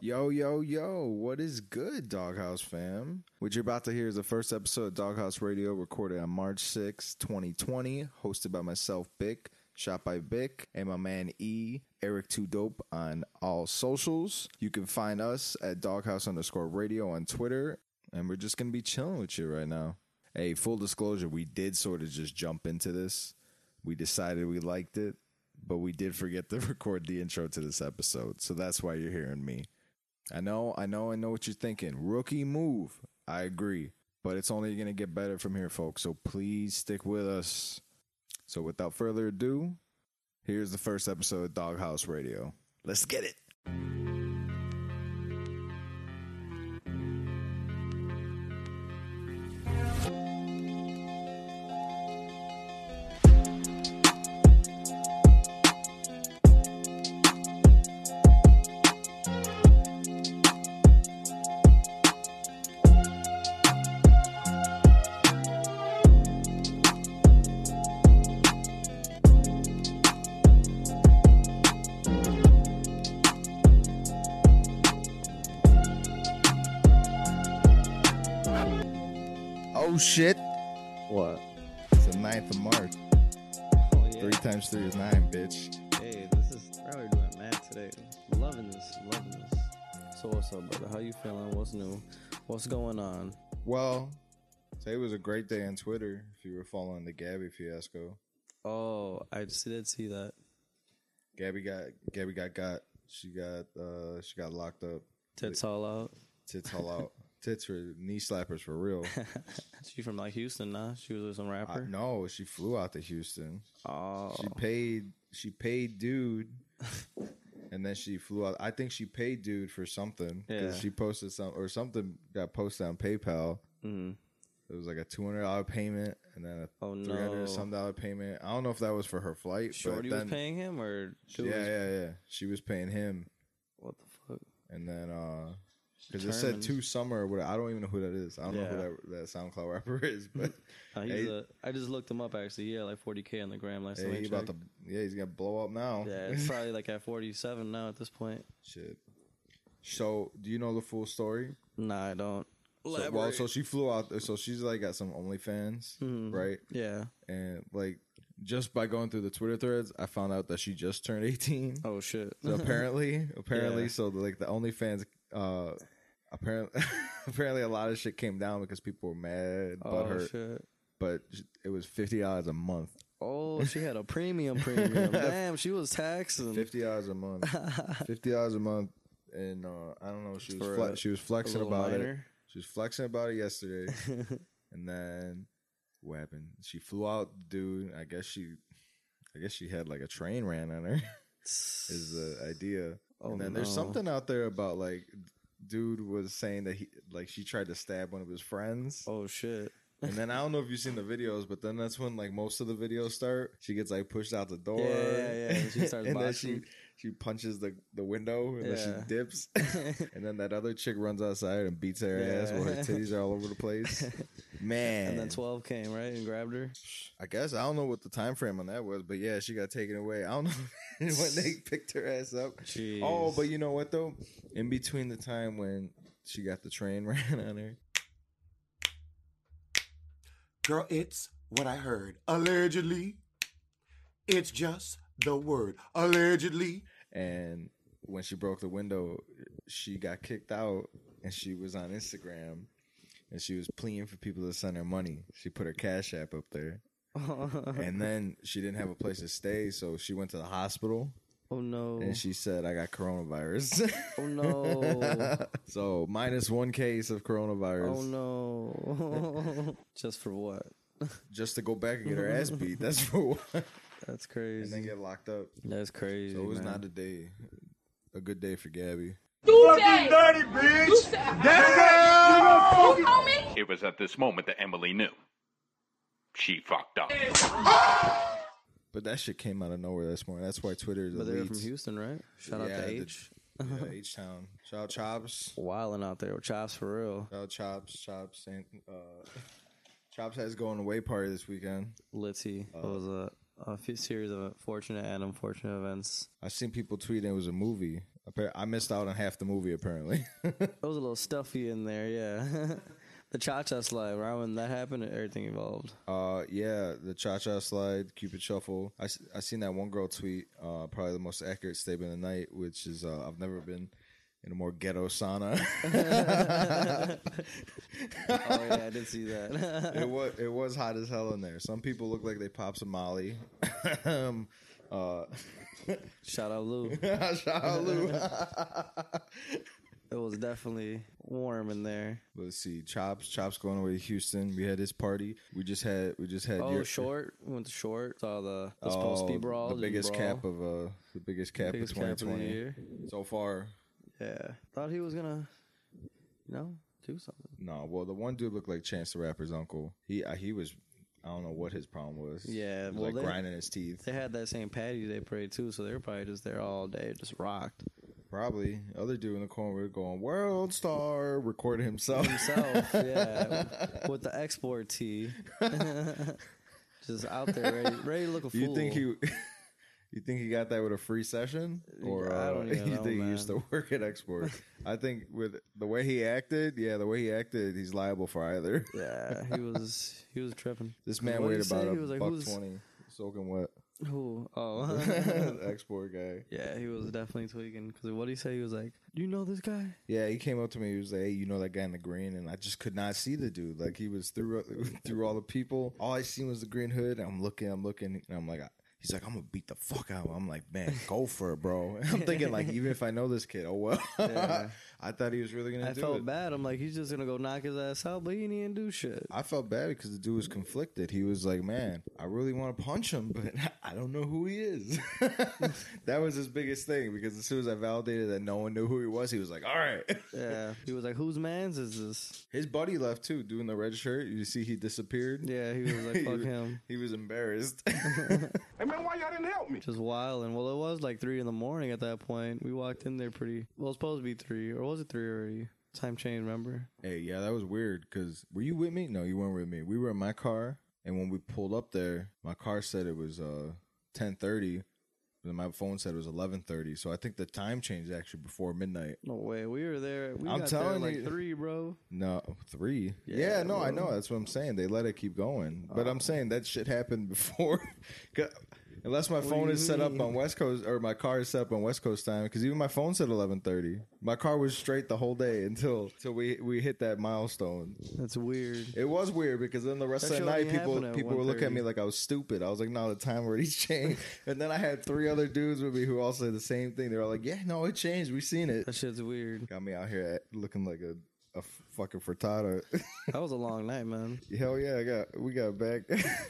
Yo, yo, yo, what is good, Doghouse fam? What you're about to hear is the first episode of Doghouse Radio recorded on March 6, 2020, hosted by myself, Bick, shot by Bick, and my man E, Eric Too Dope on all socials. You can find us at Doghouse underscore radio on Twitter, and we're just gonna be chilling with you right now. Hey, full disclosure, we did sort of just jump into this. We decided we liked it, but we did forget to record the intro to this episode, so that's why you're hearing me. I know, I know, I know what you're thinking. Rookie move. I agree. But it's only going to get better from here, folks. So please stick with us. So without further ado, here's the first episode of Doghouse Radio. Let's get it. Oh, shit. What? It's the 9th of March. Oh yeah. Three times three is nine, bitch. Hey, this is Tyler doing math today. Loving this, loving this. So what's up, brother? How you feeling? What's new? What's going on? Well, today was a great day on Twitter if you were following the Gabby fiasco. Oh, I just did see that. Gabby got Gabby got got. She got uh she got locked up. Tits all out. Tits all out. Tits were knee slappers for real. she from like Houston, nah? She was with some I, rapper. no, she flew out to Houston. Oh, She paid she paid dude and then she flew out. I think she paid dude for something. 'cause Yeah. She posted some or something got posted on PayPal. mm. It was like a two hundred dollar payment and then oh a three hundred no. some dollar payment. I don't know if that was for her flight, Shorty but was then paying him or dude? yeah, was- yeah, yeah. She was paying him What the fuck? and then uh because it said Determined. two summer or whatever. I don't even know who that is. I don't know who Yeah. that, that SoundCloud rapper is, but Uh, he's Hey. a- I just looked him up actually. Yeah, like 40k on the gram last yeah, time. I he about to checked. yeah he's gonna blow up now. Yeah, it's probably like at 47 now at this point. Shit. So do you know the full story? Nah, I don't. So, well, so she flew out. there. So she's like got some OnlyFans, Mhm. right? yeah. And like just by going through the Twitter threads, I found out that she just turned eighteen. Oh shit. So apparently, apparently, Yeah. so like the OnlyFans, uh, apparently, apparently, a lot of shit came down because people were mad, oh but her, shit. but it was fifty dollars a month, Oh, she had a premium premium. Damn, she was taxing. fifty dollars a month, fifty dollars a month, and uh, I don't know. She was For fle- a- she was flexing little about it. minor. She was flexing about it yesterday, and then what happened? She flew out, dude. I guess she, I guess she had like a train ran on her. is the idea. Oh, and then there's no. something out there about like dude was saying that he like she tried to stab one of his friends. Oh shit. And then I don't know if you've seen the videos, but then that's when like most of the videos start. She gets like pushed out the door. Yeah, yeah, yeah, and she starts and then she boxing. she punches the, the window and then Yeah. she dips. and then that other chick runs outside and beats her ass Yeah. while her titties are all over the place. Man. And then 12 came right and grabbed her. I guess I don't know what the time frame on that was, but yeah, she got taken away. I don't know when they picked her ass up. Jeez. Oh, but you know what though? In between the time when she got the train ran on her, Girl, it's what I heard. Allegedly. It's just the word. Allegedly. and when she broke the window, she got kicked out, and she was on Instagram, and she was pleading for people to send her money. She put her Cash App up there, and then she didn't have a place to stay, so she went to the hospital, oh no. and she said, "I got coronavirus." oh no. so minus one case of coronavirus. oh no. Just for what? Just to go back and get her ass beat. That's for what. That's And then crazy. get locked up. That's crazy. So it was man. not a day, a good day for Gabby. Tuesday. Dirty bitch! Who told me? It was at this moment that Emily knew. She fucked up. But that shit came out of nowhere this morning. That's why Twitter But they're from deletes. Houston, right? Shout out Yeah, to the- H. Yeah, H Town. Shout out Chops. Wilding out there with chops for real. Shout out Chops. Chops and uh, Chops has going away party this weekend. Litty. Uh, it was a, a few series of fortunate and unfortunate events. I seen people tweeting it was a movie. Appa- I missed out on half the movie apparently. It was a little stuffy in there, yeah. the cha cha slide, right when that happened, everything evolved. Uh, yeah, the cha cha slide, Cupid shuffle. I, s- I seen that one girl tweet, uh, probably the most accurate statement of the night, which is uh, I've never been in a more ghetto sauna. Oh yeah, I did see that. it was it was hot as hell in there. Some people look like they popped some Molly. um, uh, Shout out Lou. shout out Lou. It was definitely warm in there. Let's see, chops chops going away to Houston. We had his party. We just had we just had Oh, your short we went to short. Saw the the Oh, supposed speed brawl, the biggest brawl. cap of uh the biggest cap biggest of cap of the 2020 year. so far. Yeah, thought he was gonna, you know, do something. No, well, the one dude looked like Chance the Rapper's uncle. He uh, he was, I don't know what his problem was. Yeah, He was, well, like they- grinding his teeth. They had that same Patty's Day parade too, so they were probably just there all day, just rocked. Probably other dude in the corner going world star, recording himself. himself, yeah, with the export tee, just out there ready, ready to look a fool. you think he, you think he got that with a free session, or I don't uh, even you know, think he used man. to work at export? I think with the way he acted, yeah, the way he acted, he's liable for either. Yeah, he was he was tripping. This man What'd weighed he say? about a He was like, buck "Who's- twenty, soaking wet. Who? Oh, the export guy. yeah, he was definitely tweaking. Cause what did he say? He was like, "You know this guy? Yeah, he came up to me. He was like, "Hey, you know that guy in the green?" And I just could not see the dude. Like he was through through all the people. All I seen was the green hood. I'm looking, I'm looking, and I'm like, I- he's like, "I'm gonna beat the fuck out." of him. I'm like, "Man, go for it, bro." I'm thinking like, even if I know this kid, oh well. Yeah. I thought he was really gonna I do felt it. bad. I'm like, he's just gonna go knock his ass out, but he didn't do shit. I felt bad because the dude was conflicted. He was like, "Man, I really want to punch him, but I don't know who he is." that was his biggest thing because as soon as I validated that no one knew who he was, he was like, "All right." Yeah, he was like, "Whose man's is this?" His buddy left too, doing the red shirt. You see, he disappeared. Yeah, he was like, He "Fuck was- him." He was embarrassed. Hey man, why y'all didn't help me? Just wild, and well, it was like three in the morning at that point. We walked in there pretty. Well, it's supposed to be three, or was it three already? Time change, remember? hey, yeah, that was weird. Cause were you with me? No, you weren't with me. We were in my car, and when we pulled up there, my car said it was uh ten thirty, but my phone said it was eleven thirty. So I think the time changed actually before midnight. No way. We were there. We I'm got telling there at you. like three, bro. No, three. Yeah, no, I know. That's what I'm saying. They let it keep going, but Uh, I'm saying that shit happened before. 'Cause- Unless my phone you is set up mean? on West Coast or my car is set up on West Coast time, because even my phone said 11:30. My car was straight the whole day until until we we hit that milestone. That's weird. It was weird because then the rest That of the shit only night people happened at people were looking at me 1:30. like I was stupid. I was like, no, the time already changed. and then I had three other dudes with me who all said the same thing. They were like, yeah, no, it changed. We seen it. That shit's weird. Got me out here at- looking like a a fucking frittata. That was a long night, man. Hell yeah, I got we got back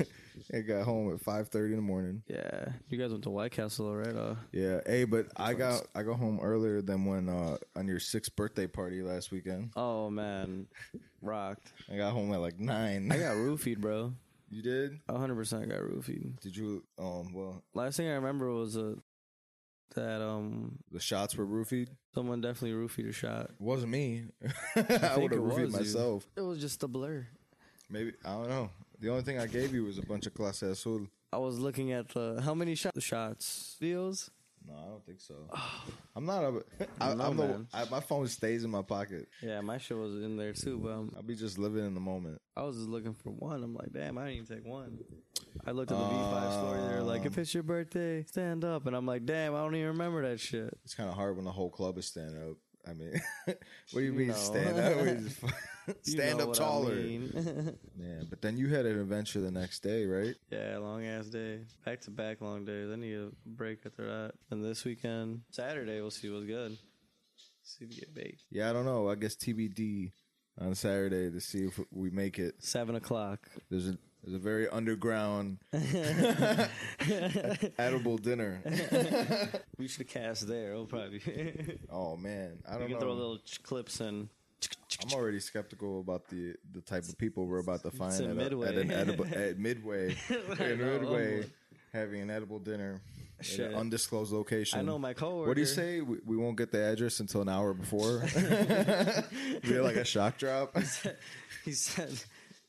and got home at five thirty in the morning. Yeah. You guys went to White Castle, right? Uh, Yeah, hey, but I got I got home earlier than when uh on your sixth birthday party last weekend. oh, man. Rocked. I got home at like nine. I got roofied, bro. you did? 100% got roofied. Did you? Um, well, Last thing I remember was uh, that um the shots were roofied. someone definitely roofied a shot. It wasn't me. I would it have roofied was you. myself. It was just a blur. Maybe I don't know. The only thing I gave you was a bunch of clase azul. I was looking at the how many shot shots deals. No, I don't think so. I'm not. A, I, No, I'm the, man. I, my phone stays in my pocket. Yeah, my shit was in there too, but um, I'll be just living in the moment. I was just looking for one. I'm like, damn, I didn't even take one. I looked at the Um, V5 story. They're like, if it's your birthday, stand up. And I'm like, damn, I don't even remember that shit. It's kind of hard when the whole club is standing up. I mean, what do you mean know. stand up? What is- You stand know up what I taller. mean. Yeah, but then you had an adventure the next day, right? yeah, long ass day. Back to back long days. I need a break after that. And this weekend, Saturday, we'll see what's good. See if we get baked. Yeah, I don't know. I guess TBD on Saturday to see if we make it. Seven o'clock. There's a there's a very underground edible dinner. We should cast there. It'll probably. Be. Oh man, I we don't can throw know. little ch- clips in. I'm already skeptical about the the type of people we're about to find at, in a- Midway. at an edible at Midway in know, Midway I'm- having an edible dinner. In Shit. an undisclosed location. I know my coworker. What do you um, say? We, we won't get the address until an hour before. we had like a shock drop. He said.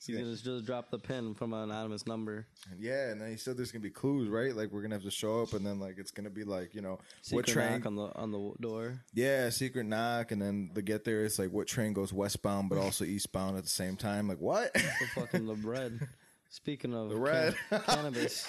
He's gonna just drop the pin from an anonymous number. Yeah, and then he said there's gonna be clues, right? Like we're gonna have to show up, and then like it's gonna be like you know Secret what train. knock on the on the door. yeah, secret knock, and then the get there is like what train goes westbound but also eastbound at the same time. Like what? The fucking the bread. Speaking of can- bread. cannabis,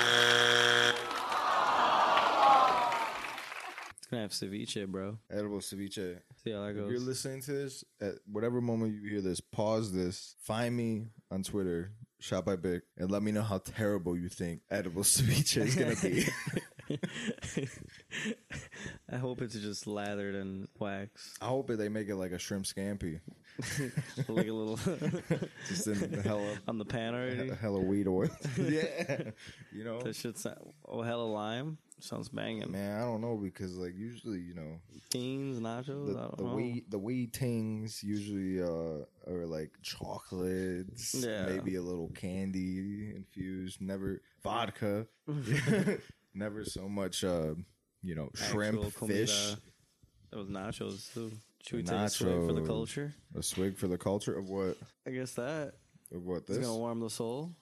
it's gonna have ceviche, bro. Edible ceviche. See how that If you're goes. listening to this, at whatever moment you hear this, pause this. Find me on Twitter, Shot by Bick, and let me know how terrible you think edible ceviche is gonna be. I hope it's just lathered in wax, I hope that they make it like a shrimp scampi, like a little just in the hella on the pan already. hella weed oil. yeah, you know. That shit's oh hella lime sounds banging. Man. Man, I don't know because like usually, you know, Beans, nachos, I the, don't the know. weed the weed things usually uh are like chocolates, Yeah. maybe a little candy infused, never vodka, never so much uh you know shrimp, Actual comida. fish, That was nachos too. Should we take a swig for the Nachos. culture? a swig for the culture of what I guess that of what is this gonna warm the soul.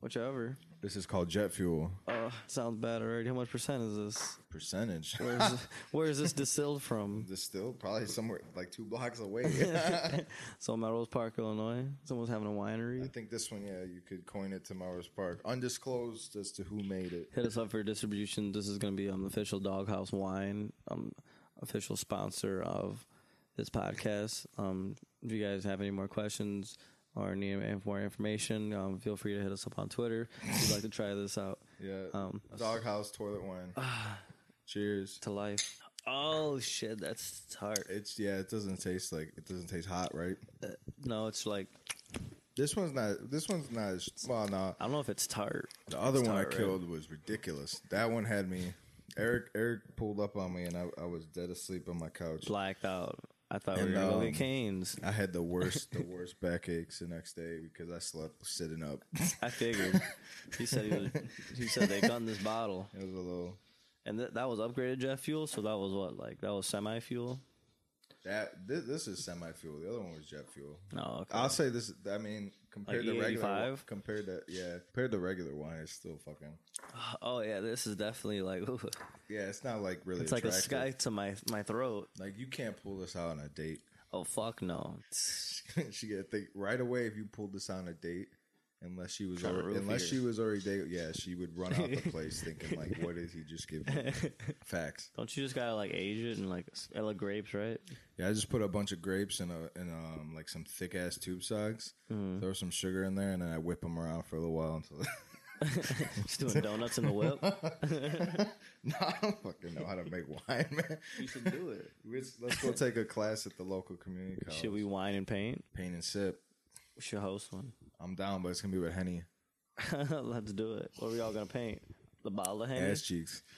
Whichever. this is called jet fuel Uh, sounds bad already. How much percent is this? percentage. Where's where is this distilled from? Distilled probably somewhere like two blocks away. So Melrose Park, Illinois. Someone's having I a winery. think this one, yeah, you could coin it to Mars Park, undisclosed as to who made it. Hit us up for distribution. This is gonna be um official Doghouse Wine, um official sponsor of this podcast. Um, if you guys have any more questions or need any more information, um, feel free to hit us up on Twitter. If you'd like to try this out Yeah. um, Doghouse toilet wine. Cheers. to life. Oh shit, that's hard. It's yeah, it doesn't taste like it doesn't taste hot, right? No, it's like This one's not this one's not as well no. I don't know if it's tart. The other one I tart, right? killed was ridiculous. That one had me Eric Eric pulled up on me and I, I was dead asleep on my couch. blacked out. I thought we And, were gonna go um, get canes. I had the worst the worst backaches the next day because I slept sitting up. I figured. he said he, was, he said they gunned this bottle, It was a little and th- that was upgraded jet fuel. So that was what like that was semi fuel. that this, this is semi fuel. The other one was jet fuel. No, okay. I'll say this. I mean, compared to regular, wi- E85? compared to yeah, compared to regular wine, it's still fucking. oh yeah, this is definitely like ooh, Yeah, it's not like really. it's like a attractive. sky to my my throat. Like you can't pull this out on a date. Oh fuck no. she gotta think right away if you pulled this out on a date, unless she was Trying to already, roof unless you. she was already dating. Yeah, she would run out the place thinking like, what did he just give me? Facts. Don't you just gotta like age it and like s- I like grapes, right? Yeah, I just put a bunch of grapes in a in um like some thick ass tube socks. Mm-hmm. Throw some sugar in there, and then I whip them around for a little while until. Just doing donuts in the whip. no, I don't fucking know how to make wine, man. you should do it. Let's, let's go take a class at the local community college. Should we wine and paint? paint and sip? We should host one. I'm down, but it's gonna be with Henny Let's do it. What are we all gonna paint? The bottle of Henny? ass cheeks.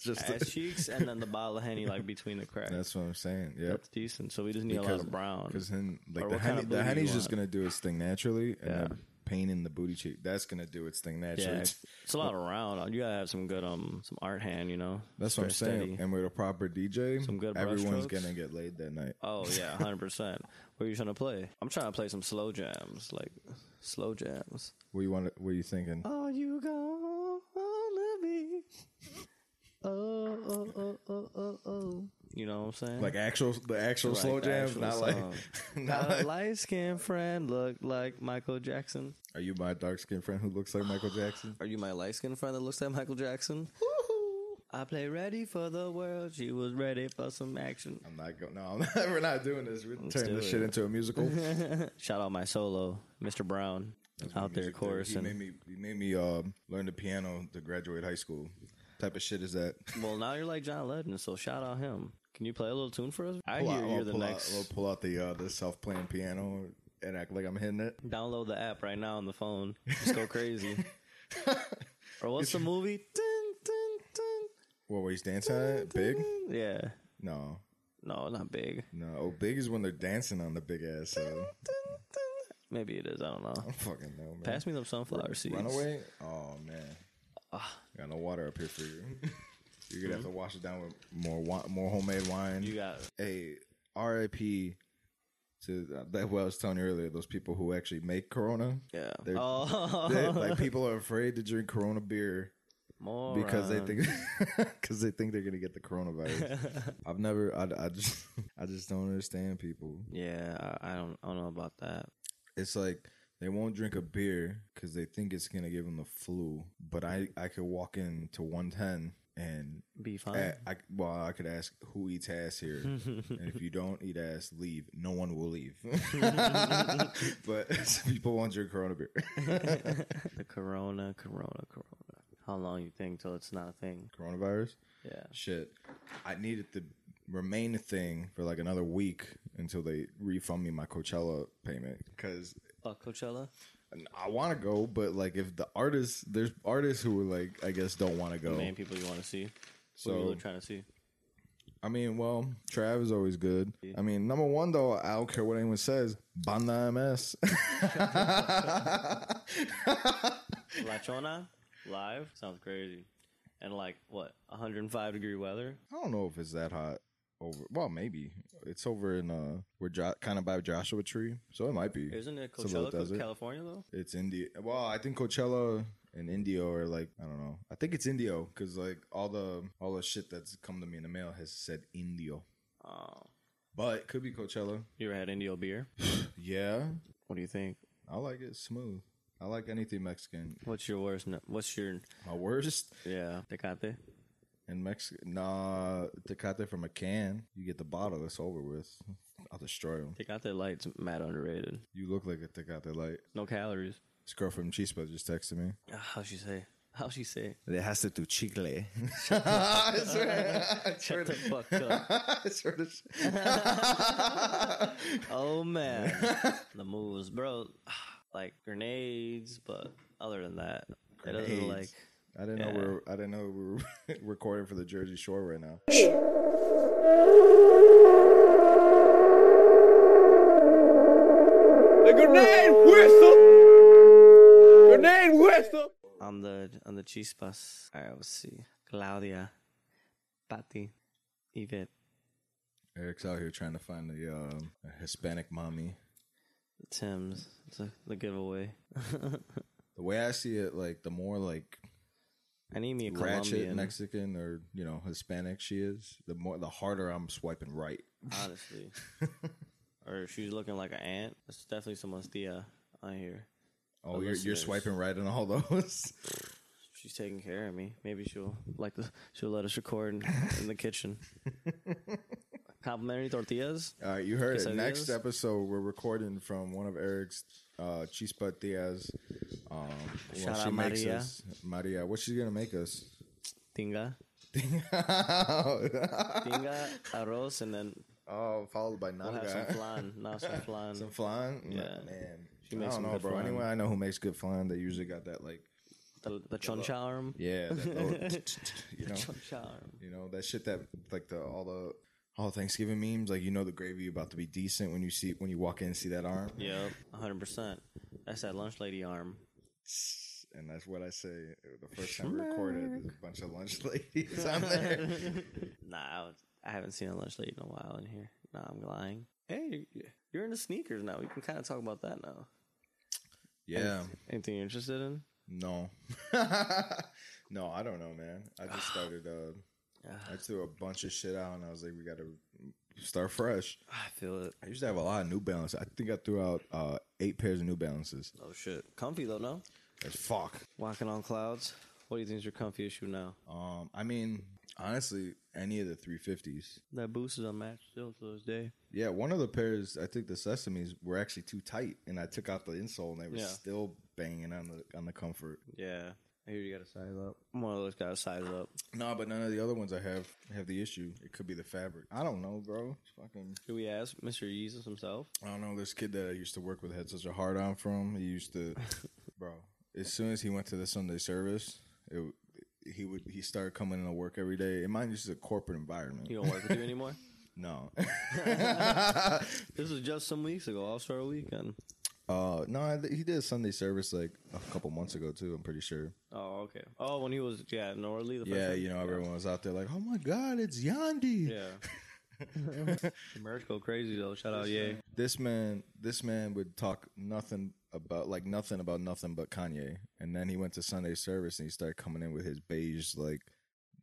Just ass cheeks and then the bottle of henny like between the cracks. That's, that's what I'm saying. Yep. decent. So we just need a lot of brown. Because then, like Or the what kind Henny, of the booty Henny's you just want. gonna do its thing naturally, and Yeah. then painting the booty cheek that's gonna do its thing naturally. Yeah, it's, it's a lot of round. You gotta have some good um some art hand, you know. That's what I'm Stretch saying. steady. And with a proper DJ, Some good brush everyone's strokes. gonna get laid that night. Oh yeah, hundred percent. What are you trying to play? I'm trying to play some slow jams, like slow jams. What you want? What are you thinking? Are you gonna be? Oh oh oh oh oh oh. You know what I'm saying? Like actual, the actual Like slow the jams, actual not like, song. not Got a like. light skinned friend look like Michael Jackson. Are you my dark skinned friend who looks like Michael Jackson? Are you my light skinned friend that looks like Michael Jackson? I play ready for the world. She was ready for some action. I'm not going. No, I'm not, we're not doing this. We're turning do this it. shit into a musical. Shout out my solo, Mr. Brown, out there He made chorusing. me. He made me um, learn the piano to graduate high school. Type of shit is that? Well, now you're like John Legend, so shout out him. Can you play a little tune for us? I Pull hear out- I'll you're the pull out- next. I'll pull out the uh, the self playing piano and act like I'm hitting it. Download the app right now on the phone. Just go crazy. or what's the movie? Dun, dun, dun, What were you dancing on it? Big? dun. Yeah. No, No, not big. no. Oh, big is when they're dancing on the big ass. So Dun, dun. Maybe it is. I don't know. fucking no man. Pass me them sunflower seeds. Runaway. Oh man. Got no water up here for you. You're gonna have Mm-hmm. to wash it down with more wi- more homemade wine. You got it. a RIP to that what I was telling you earlier, those people who actually make Corona. Yeah. They're- oh, They- like people are afraid to drink Corona beer Oh, because they think because they think they're gonna get the coronavirus. Moron. I've never I, I just I just don't understand people. yeah, I, I don't. I don't know about that. It's like they won't drink a beer because they think it's gonna give them the flu. But I I could walk into 110 and Be fine. a- I, well I could ask who eats ass here, and if you don't eat ass, leave. No one will leave. but people want your Corona beer. the Corona, Corona, Corona. How long you think till it's not a thing? Coronavirus. Yeah. Shit. I needed to remain a thing for like another week until they refund me my Coachella payment because Fuck Uh, Coachella. I want to go, but like if the artists, there's artists who are like, I guess don't want to The go. main people you want to see. So So- what you were trying to see. I mean, well, Trav is always good. I mean, number one though, I don't care what anyone says, Banda MS. La Chona live sounds crazy, and like what 105 degree weather. I don't know if it's that hot over. Well, maybe it's over in uh, we're jo- kind of by Joshua Tree, so it might be. Isn't it It's a little Coachella, desert. California though? It's India. Well, I think Coachella and Indio are like I don't know. I think it's Indio because like all the all the shit that's come to me in the mail has said Indio, Oh, but it could be Coachella. you ever had Indio beer? Yeah, What do you think? I like it smooth. I like anything Mexican. What's your worst? n- What's your My worst yeah Tecate? in Mexican, nah, Tecate from a can. You get the bottle. It's over with. I'll destroy them. Tecate light's mad underrated. You look like a Tecate light. No calories. This girl from Chispa just texted me. Ah, How'd she say? How'd she say? It has to do chicle. I swear. I swear Shut the to- fuck up. I swear to- Oh man, the moves, bro. Like grenades, but other than that, it doesn't Grenades. like. I didn't know we're I didn't know we were recording for the Jersey Shore right now. The grenade whistle! Grenade whistle! on the on the chispas. I will see Claudia, Patty, Yvette. Eric's out here trying to find the um, Hispanic mommy. Tim's it's a, the giveaway. The way I see it, like the more like I need me a ratchet Colombian. Mexican or you know Hispanic she is, the more the harder I'm swiping right. honestly. or she's looking like an aunt. It's definitely someone's tia on here. Oh, you're, you're listeners. swiping right on all those. She's taking care of me. Maybe she'll like the, she'll let us record in, in the kitchen. Complimentary tortillas. all right, you heard it. Quesadillas? Next episode, we're recording from one of Eric's uh, chispa tias. Um, well, Shout out makes Maria. us- Maria, what she's gonna make us? Tinga, tinga, arroz, and then Oh, followed by we'll have some Naga. flan. Now some flan. some flan? Yeah. Man. She makes I don't some know, good bro. flan. Anyone I know who makes good flan, they usually got that like the the chonchalarm. Yeah, that little you know. Chonchalarm. You know, that shit that like the all the all Thanksgiving memes, like you know the gravy about to be decent when you see when you walk in and see that arm. Yep, 100%. That's that lunch lady arm. And that's what I say the first time we recorded. There's a bunch of lunch ladies on there. Nah, I, was- I haven't seen a lunch lady in a while in here. Nah, I'm lying. Hey, you're into sneakers now. We can kind of talk about that now. Yeah. Anything you're interested in? No. no, I don't know, man. I just started uh I threw a bunch of shit out and I was like, we gotta start fresh. I feel it. I used to have a lot of New Balance. I think I threw out uh, eight pairs of New Balances. Oh, shit. Comfy, though, no? That's fuck. Walking on clouds. What do you think is your comfiest shoe now? Um, I mean, honestly, any of the 350s. That boost is unmatched still to this day. Yeah, one of the pairs, I think the Sesames were actually too tight, and I took out the insole, and they were Yeah. still banging on the on the comfort. Yeah. I hear you got to size up. I'm one of those got to size up. No, but none of the other ones I have have the issue. It could be the fabric. I don't know, bro. It's fucking. Should we ask Mr. Yeezus himself? I don't know. This kid that I used to work with had such a hard on from. He used to, bro. As soon as he went to the Sunday service, it, he would he started coming into work every day. And mind you, this is a corporate environment. He don't work with you anymore? No, This was just some weeks ago, All Star Weekend. uh, no, I, he did Sunday service like a couple months ago too. I'm pretty sure. Oh, okay. Oh, when he was, yeah, in Orly. The first Yeah, one? you know, everyone was out there like, "Oh my God, it's Yandi." Yeah. The merch go crazy though. Shout out, yeah. This man, this man would talk nothing about like nothing about nothing but Kanye, and then he went to Sunday service and he started coming in with his beige like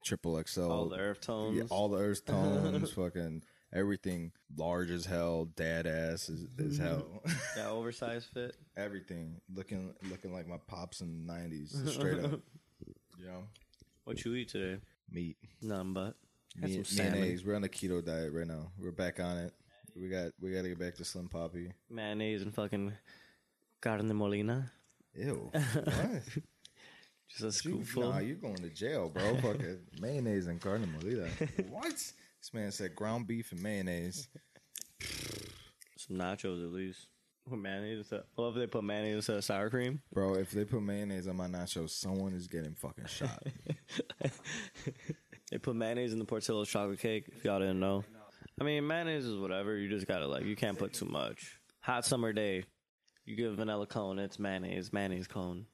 triple XL, All the earth tones. Oh, yeah, all the earth tones, fucking everything large as hell, dad ass as, Mm-hmm. as hell, that oversized fit. everything looking looking like my pops in the '90s, straight up, you know, What you eat today? meat. None but. Me, Had some me and salmon. eggs. We're on a keto diet right now. We're back on it. We got we got to get back to Slim Poppy. mayonnaise and fucking carne molina. Ew. What? Just a You- scoopful. Nah, you're going to jail, bro. Fucking mayonnaise and carne molida. what? This man said ground beef and mayonnaise. Some nachos at least. Or mayonnaise. Instead. I love if they put mayonnaise instead of sour cream. Bro, if they put mayonnaise on my nachos, someone is getting fucking shot. They put mayonnaise in the Portillo's chocolate cake. If y'all didn't know, I mean mayonnaise is whatever. You just gotta like you can't put too much. Hot summer day, you give vanilla cone. It's mayonnaise, mayonnaise cone.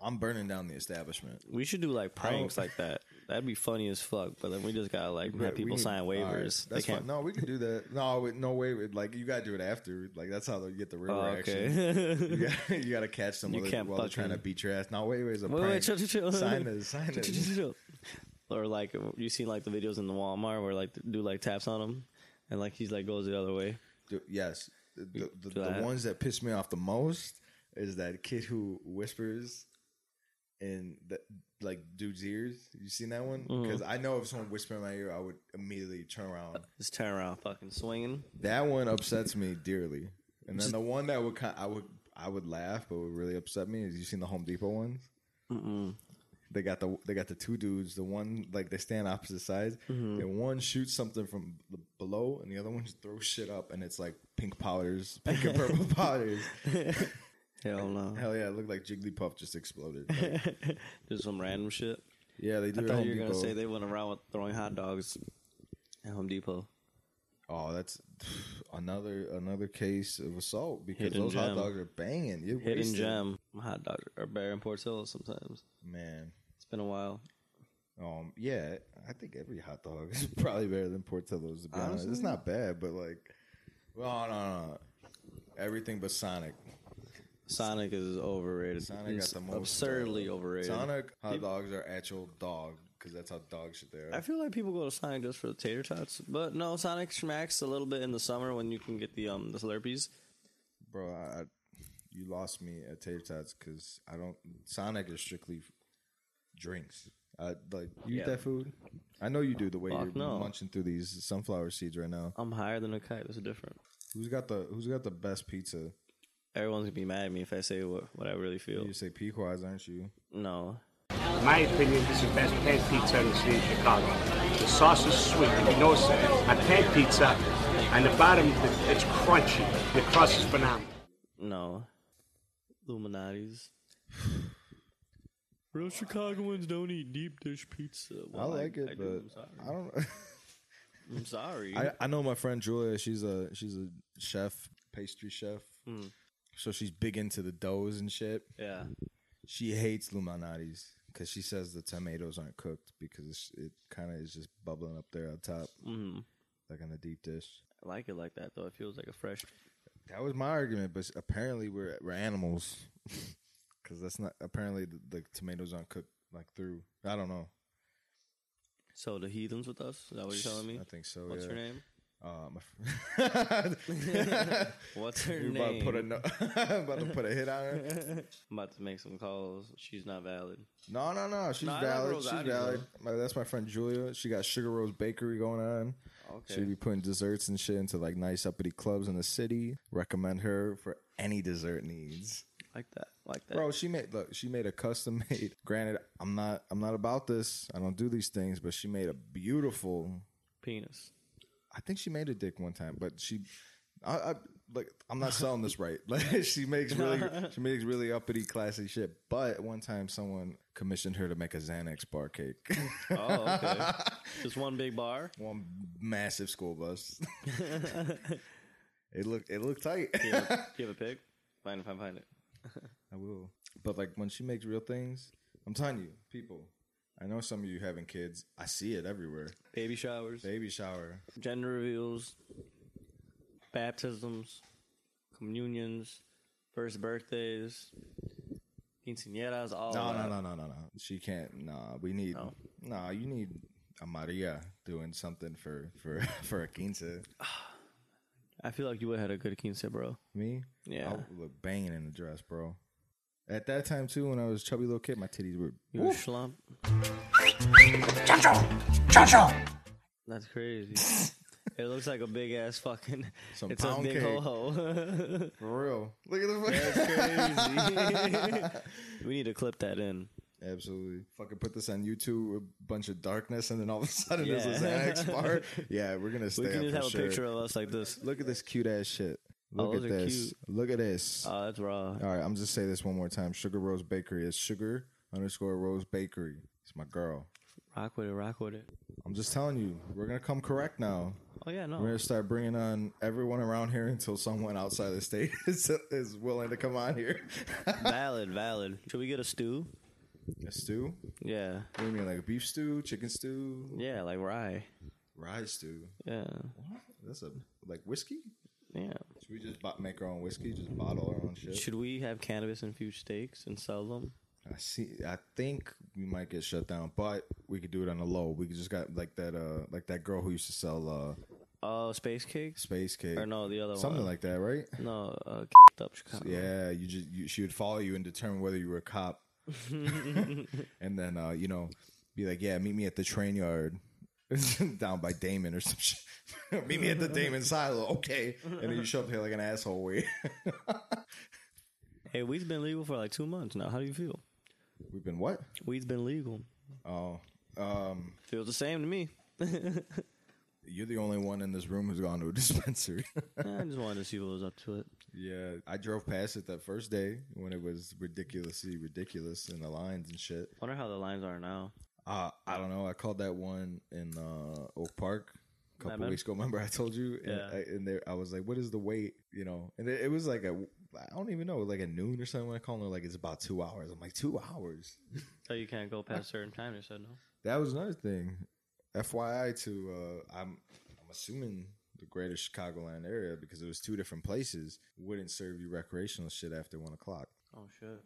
I'm burning down the establishment. We should do like pranks Oh. like that. That'd be funny as fuck. But then we just gotta like have We people need- sign all right, waivers. they that's can't. fine. No, we can do that. No, with no waiver. Like you gotta do it after. Like that's how they get the real Oh, reaction. okay. You gotta, you gotta catch them You while, they, can't while they're fucking- trying to beat your ass. No, wait, wait, it's a Wait, prank. wait, chill, chill, chill. Sign this, sign Chill, this. chill, chill, chill. or like you seen like the videos in the Walmart where like do like taps on him, and like he's like goes the other way. Dude, yes, the, the, do the, that. ones that piss me off the most is that kid who whispers in the like dude's ears. You seen that one? Because I know if someone whispered in my ear, I would immediately turn around. Just turn around, fucking swinging. That one upsets me dearly. And then the one that would kind, I would I would laugh, but would really upset me is you seen the Home Depot ones. They got the they got the two dudes. The one like they stand opposite sides, Mm-hmm. and one shoots something from the, below, and the other one just throws shit up, and it's like pink powders, pink and purple powders. Hell no. Hell yeah, it looked like Jigglypuff just exploded. Like, Just some random shit. yeah, they do. I it at thought Home you were Depot. gonna say they went around with throwing hot dogs at Home Depot. Oh, that's another another case of assault because Hidden those hot gem. dogs are banging. You're Hidden wasted. gem. Hot dogs are better in Portillo sometimes. man. It's been a while. Um, yeah, I think every hot dog is probably better than Portillo's. To be honest, it's not bad, but like, well, no, no, no. everything but Sonic. Sonic is overrated. Sonic It's got the most uh, absurdly overrated. Sonic hot dogs are actual dog because that's how dog shit they are. I feel like people go to Sonic just for the tater tots, but no, Sonic smacks a little bit in the summer when you can get the um the Slurpees. Bro, I, I, you lost me at tater tots because I don't. Sonic is strictly drinks. I like you eat Yeah. that food. I know you do the way Fuck you're no. munching through these sunflower seeds right now. I'm higher than a kite. That's different. Who's got the Who's got the best pizza? Everyone's gonna be mad at me if I say what, what I really feel. You say Pequod's, aren't you? No, My opinion, this is the best pan pizza in the city of Chicago. The sauce is sweet, you know it's a pan pizza. On the bottom, it's crunchy. The crust is phenomenal. no, Illuminati's. Real Chicagoans don't eat deep dish pizza. I Well, like it, I do. but I don't. I'm sorry. I, I know my friend Julia. She's a she's a chef, pastry chef. Hmm. So she's big into the doughs and shit. yeah, She hates Luminati's because she says the tomatoes aren't cooked because it's, it kind of is just bubbling up there on top, Mhm. like on the deep dish. I like it like that though. It feels like a fresh. That was my argument, but s- apparently we're we're animals because that's not apparently the, the tomatoes aren't cooked like through. I don't know. So the heathens with us? Is that what you're telling me? I think so. What's yeah. her name? Uh, my fr- What's her You about name? to put a no- about to put a hit on her? I'm about to make some calls. She's not valid. No, no, no. She's No, I like valid. Rose She's Ivy, valid. My, that's my friend Julia. She got Sugar Rose Bakery going on. Okay. She'd be putting desserts and shit into like nice uppity clubs in the city. Recommend her for any dessert needs. Like that. Like that. Bro, she made look, she made a custom made. Granted, I'm not I'm not about this. I don't do these things, but she made a beautiful Penis. I think she made a dick one time, but she, I, I like I'm not selling this right. Like she makes really she makes really uppity classy shit. But one time someone commissioned her to make a Xanax bar cake, Oh, okay. Just one big bar. one massive school bus. it looked it looked tight. Do you have a, do you have a pig? Find if I find it. I will. But like when she makes real things, I'm telling you, people. I know some of you having kids. I see it everywhere. Baby showers, Baby shower. gender reveals, baptisms, communions, first birthdays, quinceañeras, all No, that. no, no, no, no, no. She can't. Nah, we need. No. Nah, you need a Maria doing something for for for a quince. I feel like you would have had a good quince, bro. Me? Yeah. I would look banging in the dress, bro. At that time too, when I was a chubby little kid, my titties were. You were schlump. That's crazy. it looks like a big ass fucking. Some it's a pound big cake. ho ho. For real. Look at the fuck. we need to clip that in. Absolutely. Fucking put this on YouTube, a bunch of darkness, and then all of a sudden there's this Yeah. annex bar. Yeah, we're gonna stay We can up for just have sure. a picture of us like this. Look at this cute ass shit. Look at those are this. cute. Look at this. Oh, that's raw. All right, I'm just say this one more time. Sugar Rose Bakery is sugar underscore Rose Bakery. It's my girl. Rock with it. Rock with it. I'm just telling you, we're gonna come correct now. Oh yeah, We're no. gonna start bringing on everyone around here until someone outside the state is, is willing to come on here. valid, valid. Should we get a stew? a stew? Yeah, What do you mean, like a beef stew, chicken stew, yeah, like rye. rye stew? Yeah, What? That's a like whiskey? yeah. Should we just bo- make our own whiskey? Just bottle our own shit? Should we have cannabis infused steaks and sell them? I see. I think we might get shut down, but we could do it on the low. We could just got like that, uh, like that girl who used to sell uh Oh, space cakes space cake or no, the other something one. like that, right? No, uh, kicked up Chicago. Yeah, you just you, she would follow you and determine whether you were a cop, and then uh, you know, be like, yeah, meet me at the train yard. down by Damon or some shit. Meet me at the Damon silo, okay? And then you show up here like an asshole. Wait, Hey, weed's been legal for like two months now. How do you feel? we've been what? Weed's been legal. Oh, um, Feels the same to me. you're the only one in this room who's gone to a dispensary. I just wanted to see what was up to it. Yeah, I drove past it that first day when it was ridiculously ridiculous in the lines and shit. Wonder how the lines are now. Uh, I don't know. I called that one in uh, Oak Park a couple Lemon? weeks ago. Remember I told you? And, Yeah. I, and there, I was like, "What is the wait?" You know, and it, it was like a I don't even know, like a noon or something. When I called, and they're like, "It's about two hours." I'm like, two hours." So Oh, you can't go past certain time. They said no. That was another thing. FYI, to uh, I'm I'm assuming the greater Chicagoland area because it was two different places wouldn't serve you recreational shit after one o'clock. Oh shit.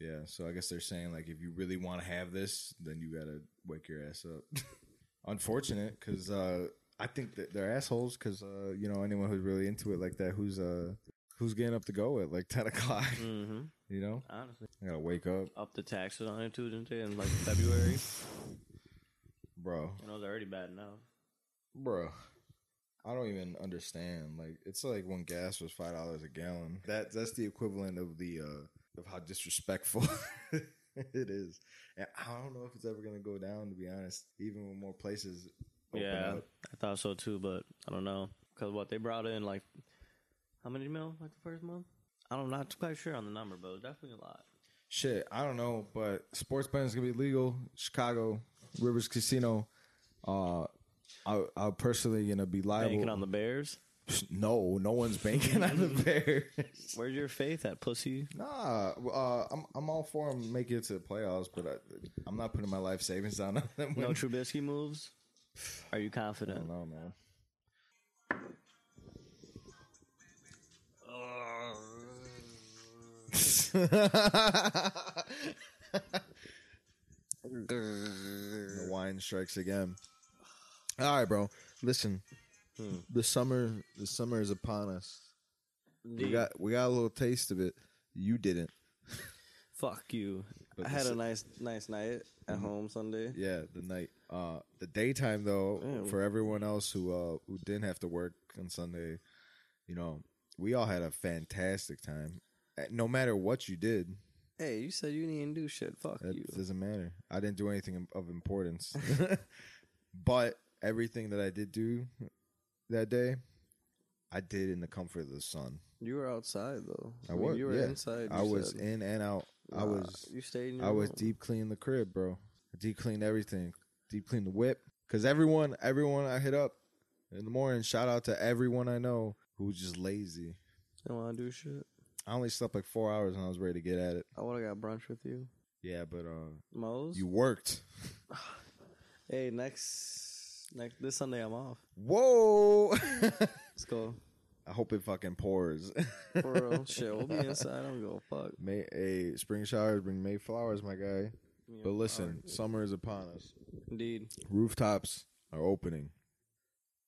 Yeah, so I guess they're saying like if you really want to have this, then you gotta wake your ass up. Unfortunate, because uh, I think that they're assholes. Because uh, you know anyone who's really into it like that, who's uh, who's getting up to go at like ten o'clock, Mm-hmm. you know, Honestly, I gotta wake up, up the taxes on it too, didn't they? In like February, bro, you know they're already bad now. bro. I don't even understand. Like it's like when gas was five dollars a gallon. That that's the equivalent of the uh, of how disrespectful it is. And I don't know if it's ever gonna go down. To be honest, even when more places open yeah, up. I thought so too, but I don't know because what they brought in like how many mil like the first month? I don't, I'm not quite sure on the number, but it was definitely a lot. Shit, I don't know, but sports betting's gonna be legal. Chicago Rivers Casino. Uh, I, I'm personally gonna be liable. Banking on the Bears. no, no one's banking on the Bears. Where's your faith at, pussy? Nah, uh, I'm I'm all for them making it to the playoffs, but I, I'm not putting my life savings down on them. No Trubisky moves. Are you Mm-hmm. I don't confident? know, man. the wine strikes again. All right, bro. Listen, the summer the summer is upon us. We got we got a little taste of it. You didn't. Fuck you. But I had this- Mm-hmm. a nice nice night at home Sunday. Yeah, the night. Uh, the daytime though, for everyone else who uh who didn't have to work on Sunday, you know, we all had a fantastic time. Uh, No matter what you did, Hey, you said you didn't do shit. Fuck that you. doesn't matter. I didn't do anything of importance, but everything that I did do that day, I did in the comfort of the sun. You were outside though. I, mean, was You were yeah. inside. I you was said. in and out. I Nah, was You stayed. In your I was room. deep clean the crib, bro. I deep cleaned everything. Deep cleaned the whip. Cause everyone, everyone I hit up in the morning, shout out to everyone I know who's just lazy. Didn't want to do shit. I only slept like four hours and I was ready to get at it. I would have got brunch with you. Yeah, but uh, Moe's. you worked. Hey, next next this Sunday I'm off. Whoa! Let's go. I hope it fucking pours. For real. Shit, we'll be inside. I don't give a fuck. May hey, spring showers bring May flowers, my guy. But listen, summer is upon us. Indeed. Rooftops are opening.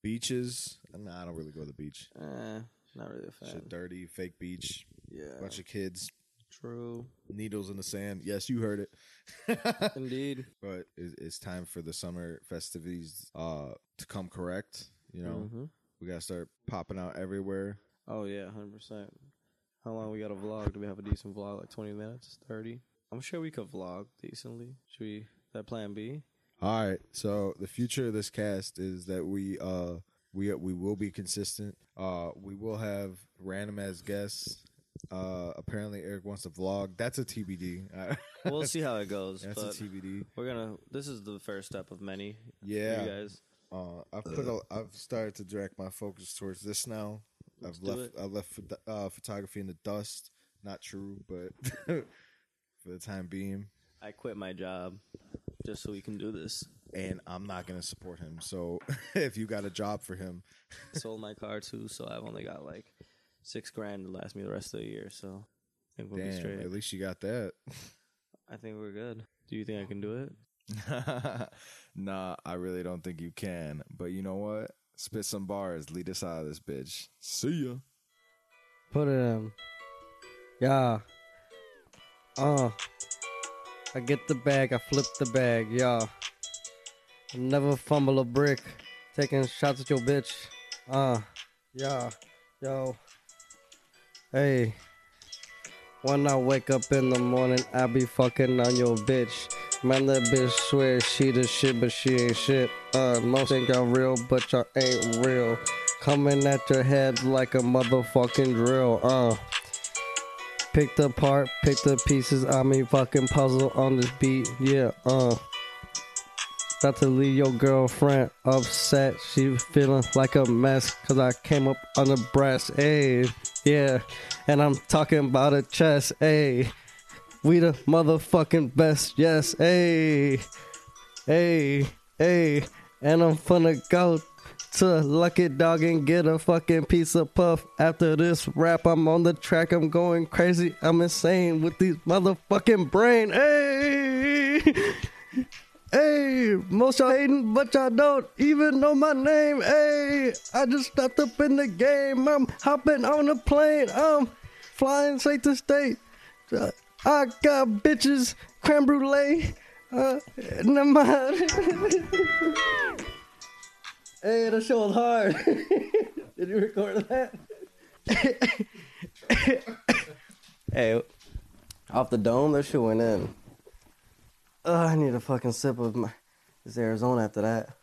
Beaches. Nah, I don't really go to the beach. Eh, not really a fan. Shit, dirty, fake beach. Yeah. Bunch of kids, True. needles in the sand. Yes, you heard it. Indeed. but it's, it's time for the summer festivities uh, to come correct. You know, Mhm. we gotta start popping out everywhere. Oh yeah, hundred percent. How long we got a vlog? Do we have a decent vlog? Like twenty minutes, thirty? I'm sure we could vlog decently. Should we? That plan B? All right. So the future of this cast is that we uh we we will be consistent. Uh we will have random as guests. Uh apparently Eric wants to vlog. That's a TBD. Uh, We'll see how it goes. That's a but TBD. we're gonna. This is the first step of many. for Yeah. you guys. Uh I've put a, I've started to direct my focus towards this now. Let's I've do left it. I left pho- uh, photography in the dust. Not true, but for the time being, I quit my job just so we can do this. and I'm not going to support him. So if you got a job for him, Sold my car too, so I've only got like six grand to last me the rest of the year. So I think we'll be damn, straight. at least you got that. I think we're good. Do you think I can do it? nah, I really don't think you can. But you know what? Spit some bars. Lead us out of this bitch. See ya. Put it in. Yeah. Uh. I get the bag, I flip the bag, yeah. Never fumble a brick. Taking shots at your bitch. Uh. Yeah. Yo. Hey. When I wake up in the morning, I be fucking on your bitch. Man, that bitch swear she the shit, but she ain't shit. Uh, most think y'all real, but y'all ain't real. Coming at your head like a motherfucking drill. Uh, pick the part, pick the pieces. I mean, fucking puzzle on this beat. Yeah. Uh, about to leave your girlfriend upset. She feeling like a mess because I came up on the breast. Hey, yeah. And I'm talking about a chest. Hey, we the motherfucking best. Yes. Hey, hey, hey. And I'm finna go to Lucky Dog and get a fucking piece of puff. After this rap, I'm on the track. I'm going crazy. I'm insane with these motherfucking brain. Hey. Hey, most y'all hating, but y'all don't even know my name. Hey, I just stepped up in the game. I'm hopping on a plane. I'm flying state to state. Uh, I got bitches, creme brulee. Uh, never mind. hey, that shit was hard. Did you record that? hey, off the dome, that shit went in. Ugh, I need a fucking sip of my this Arizona after that.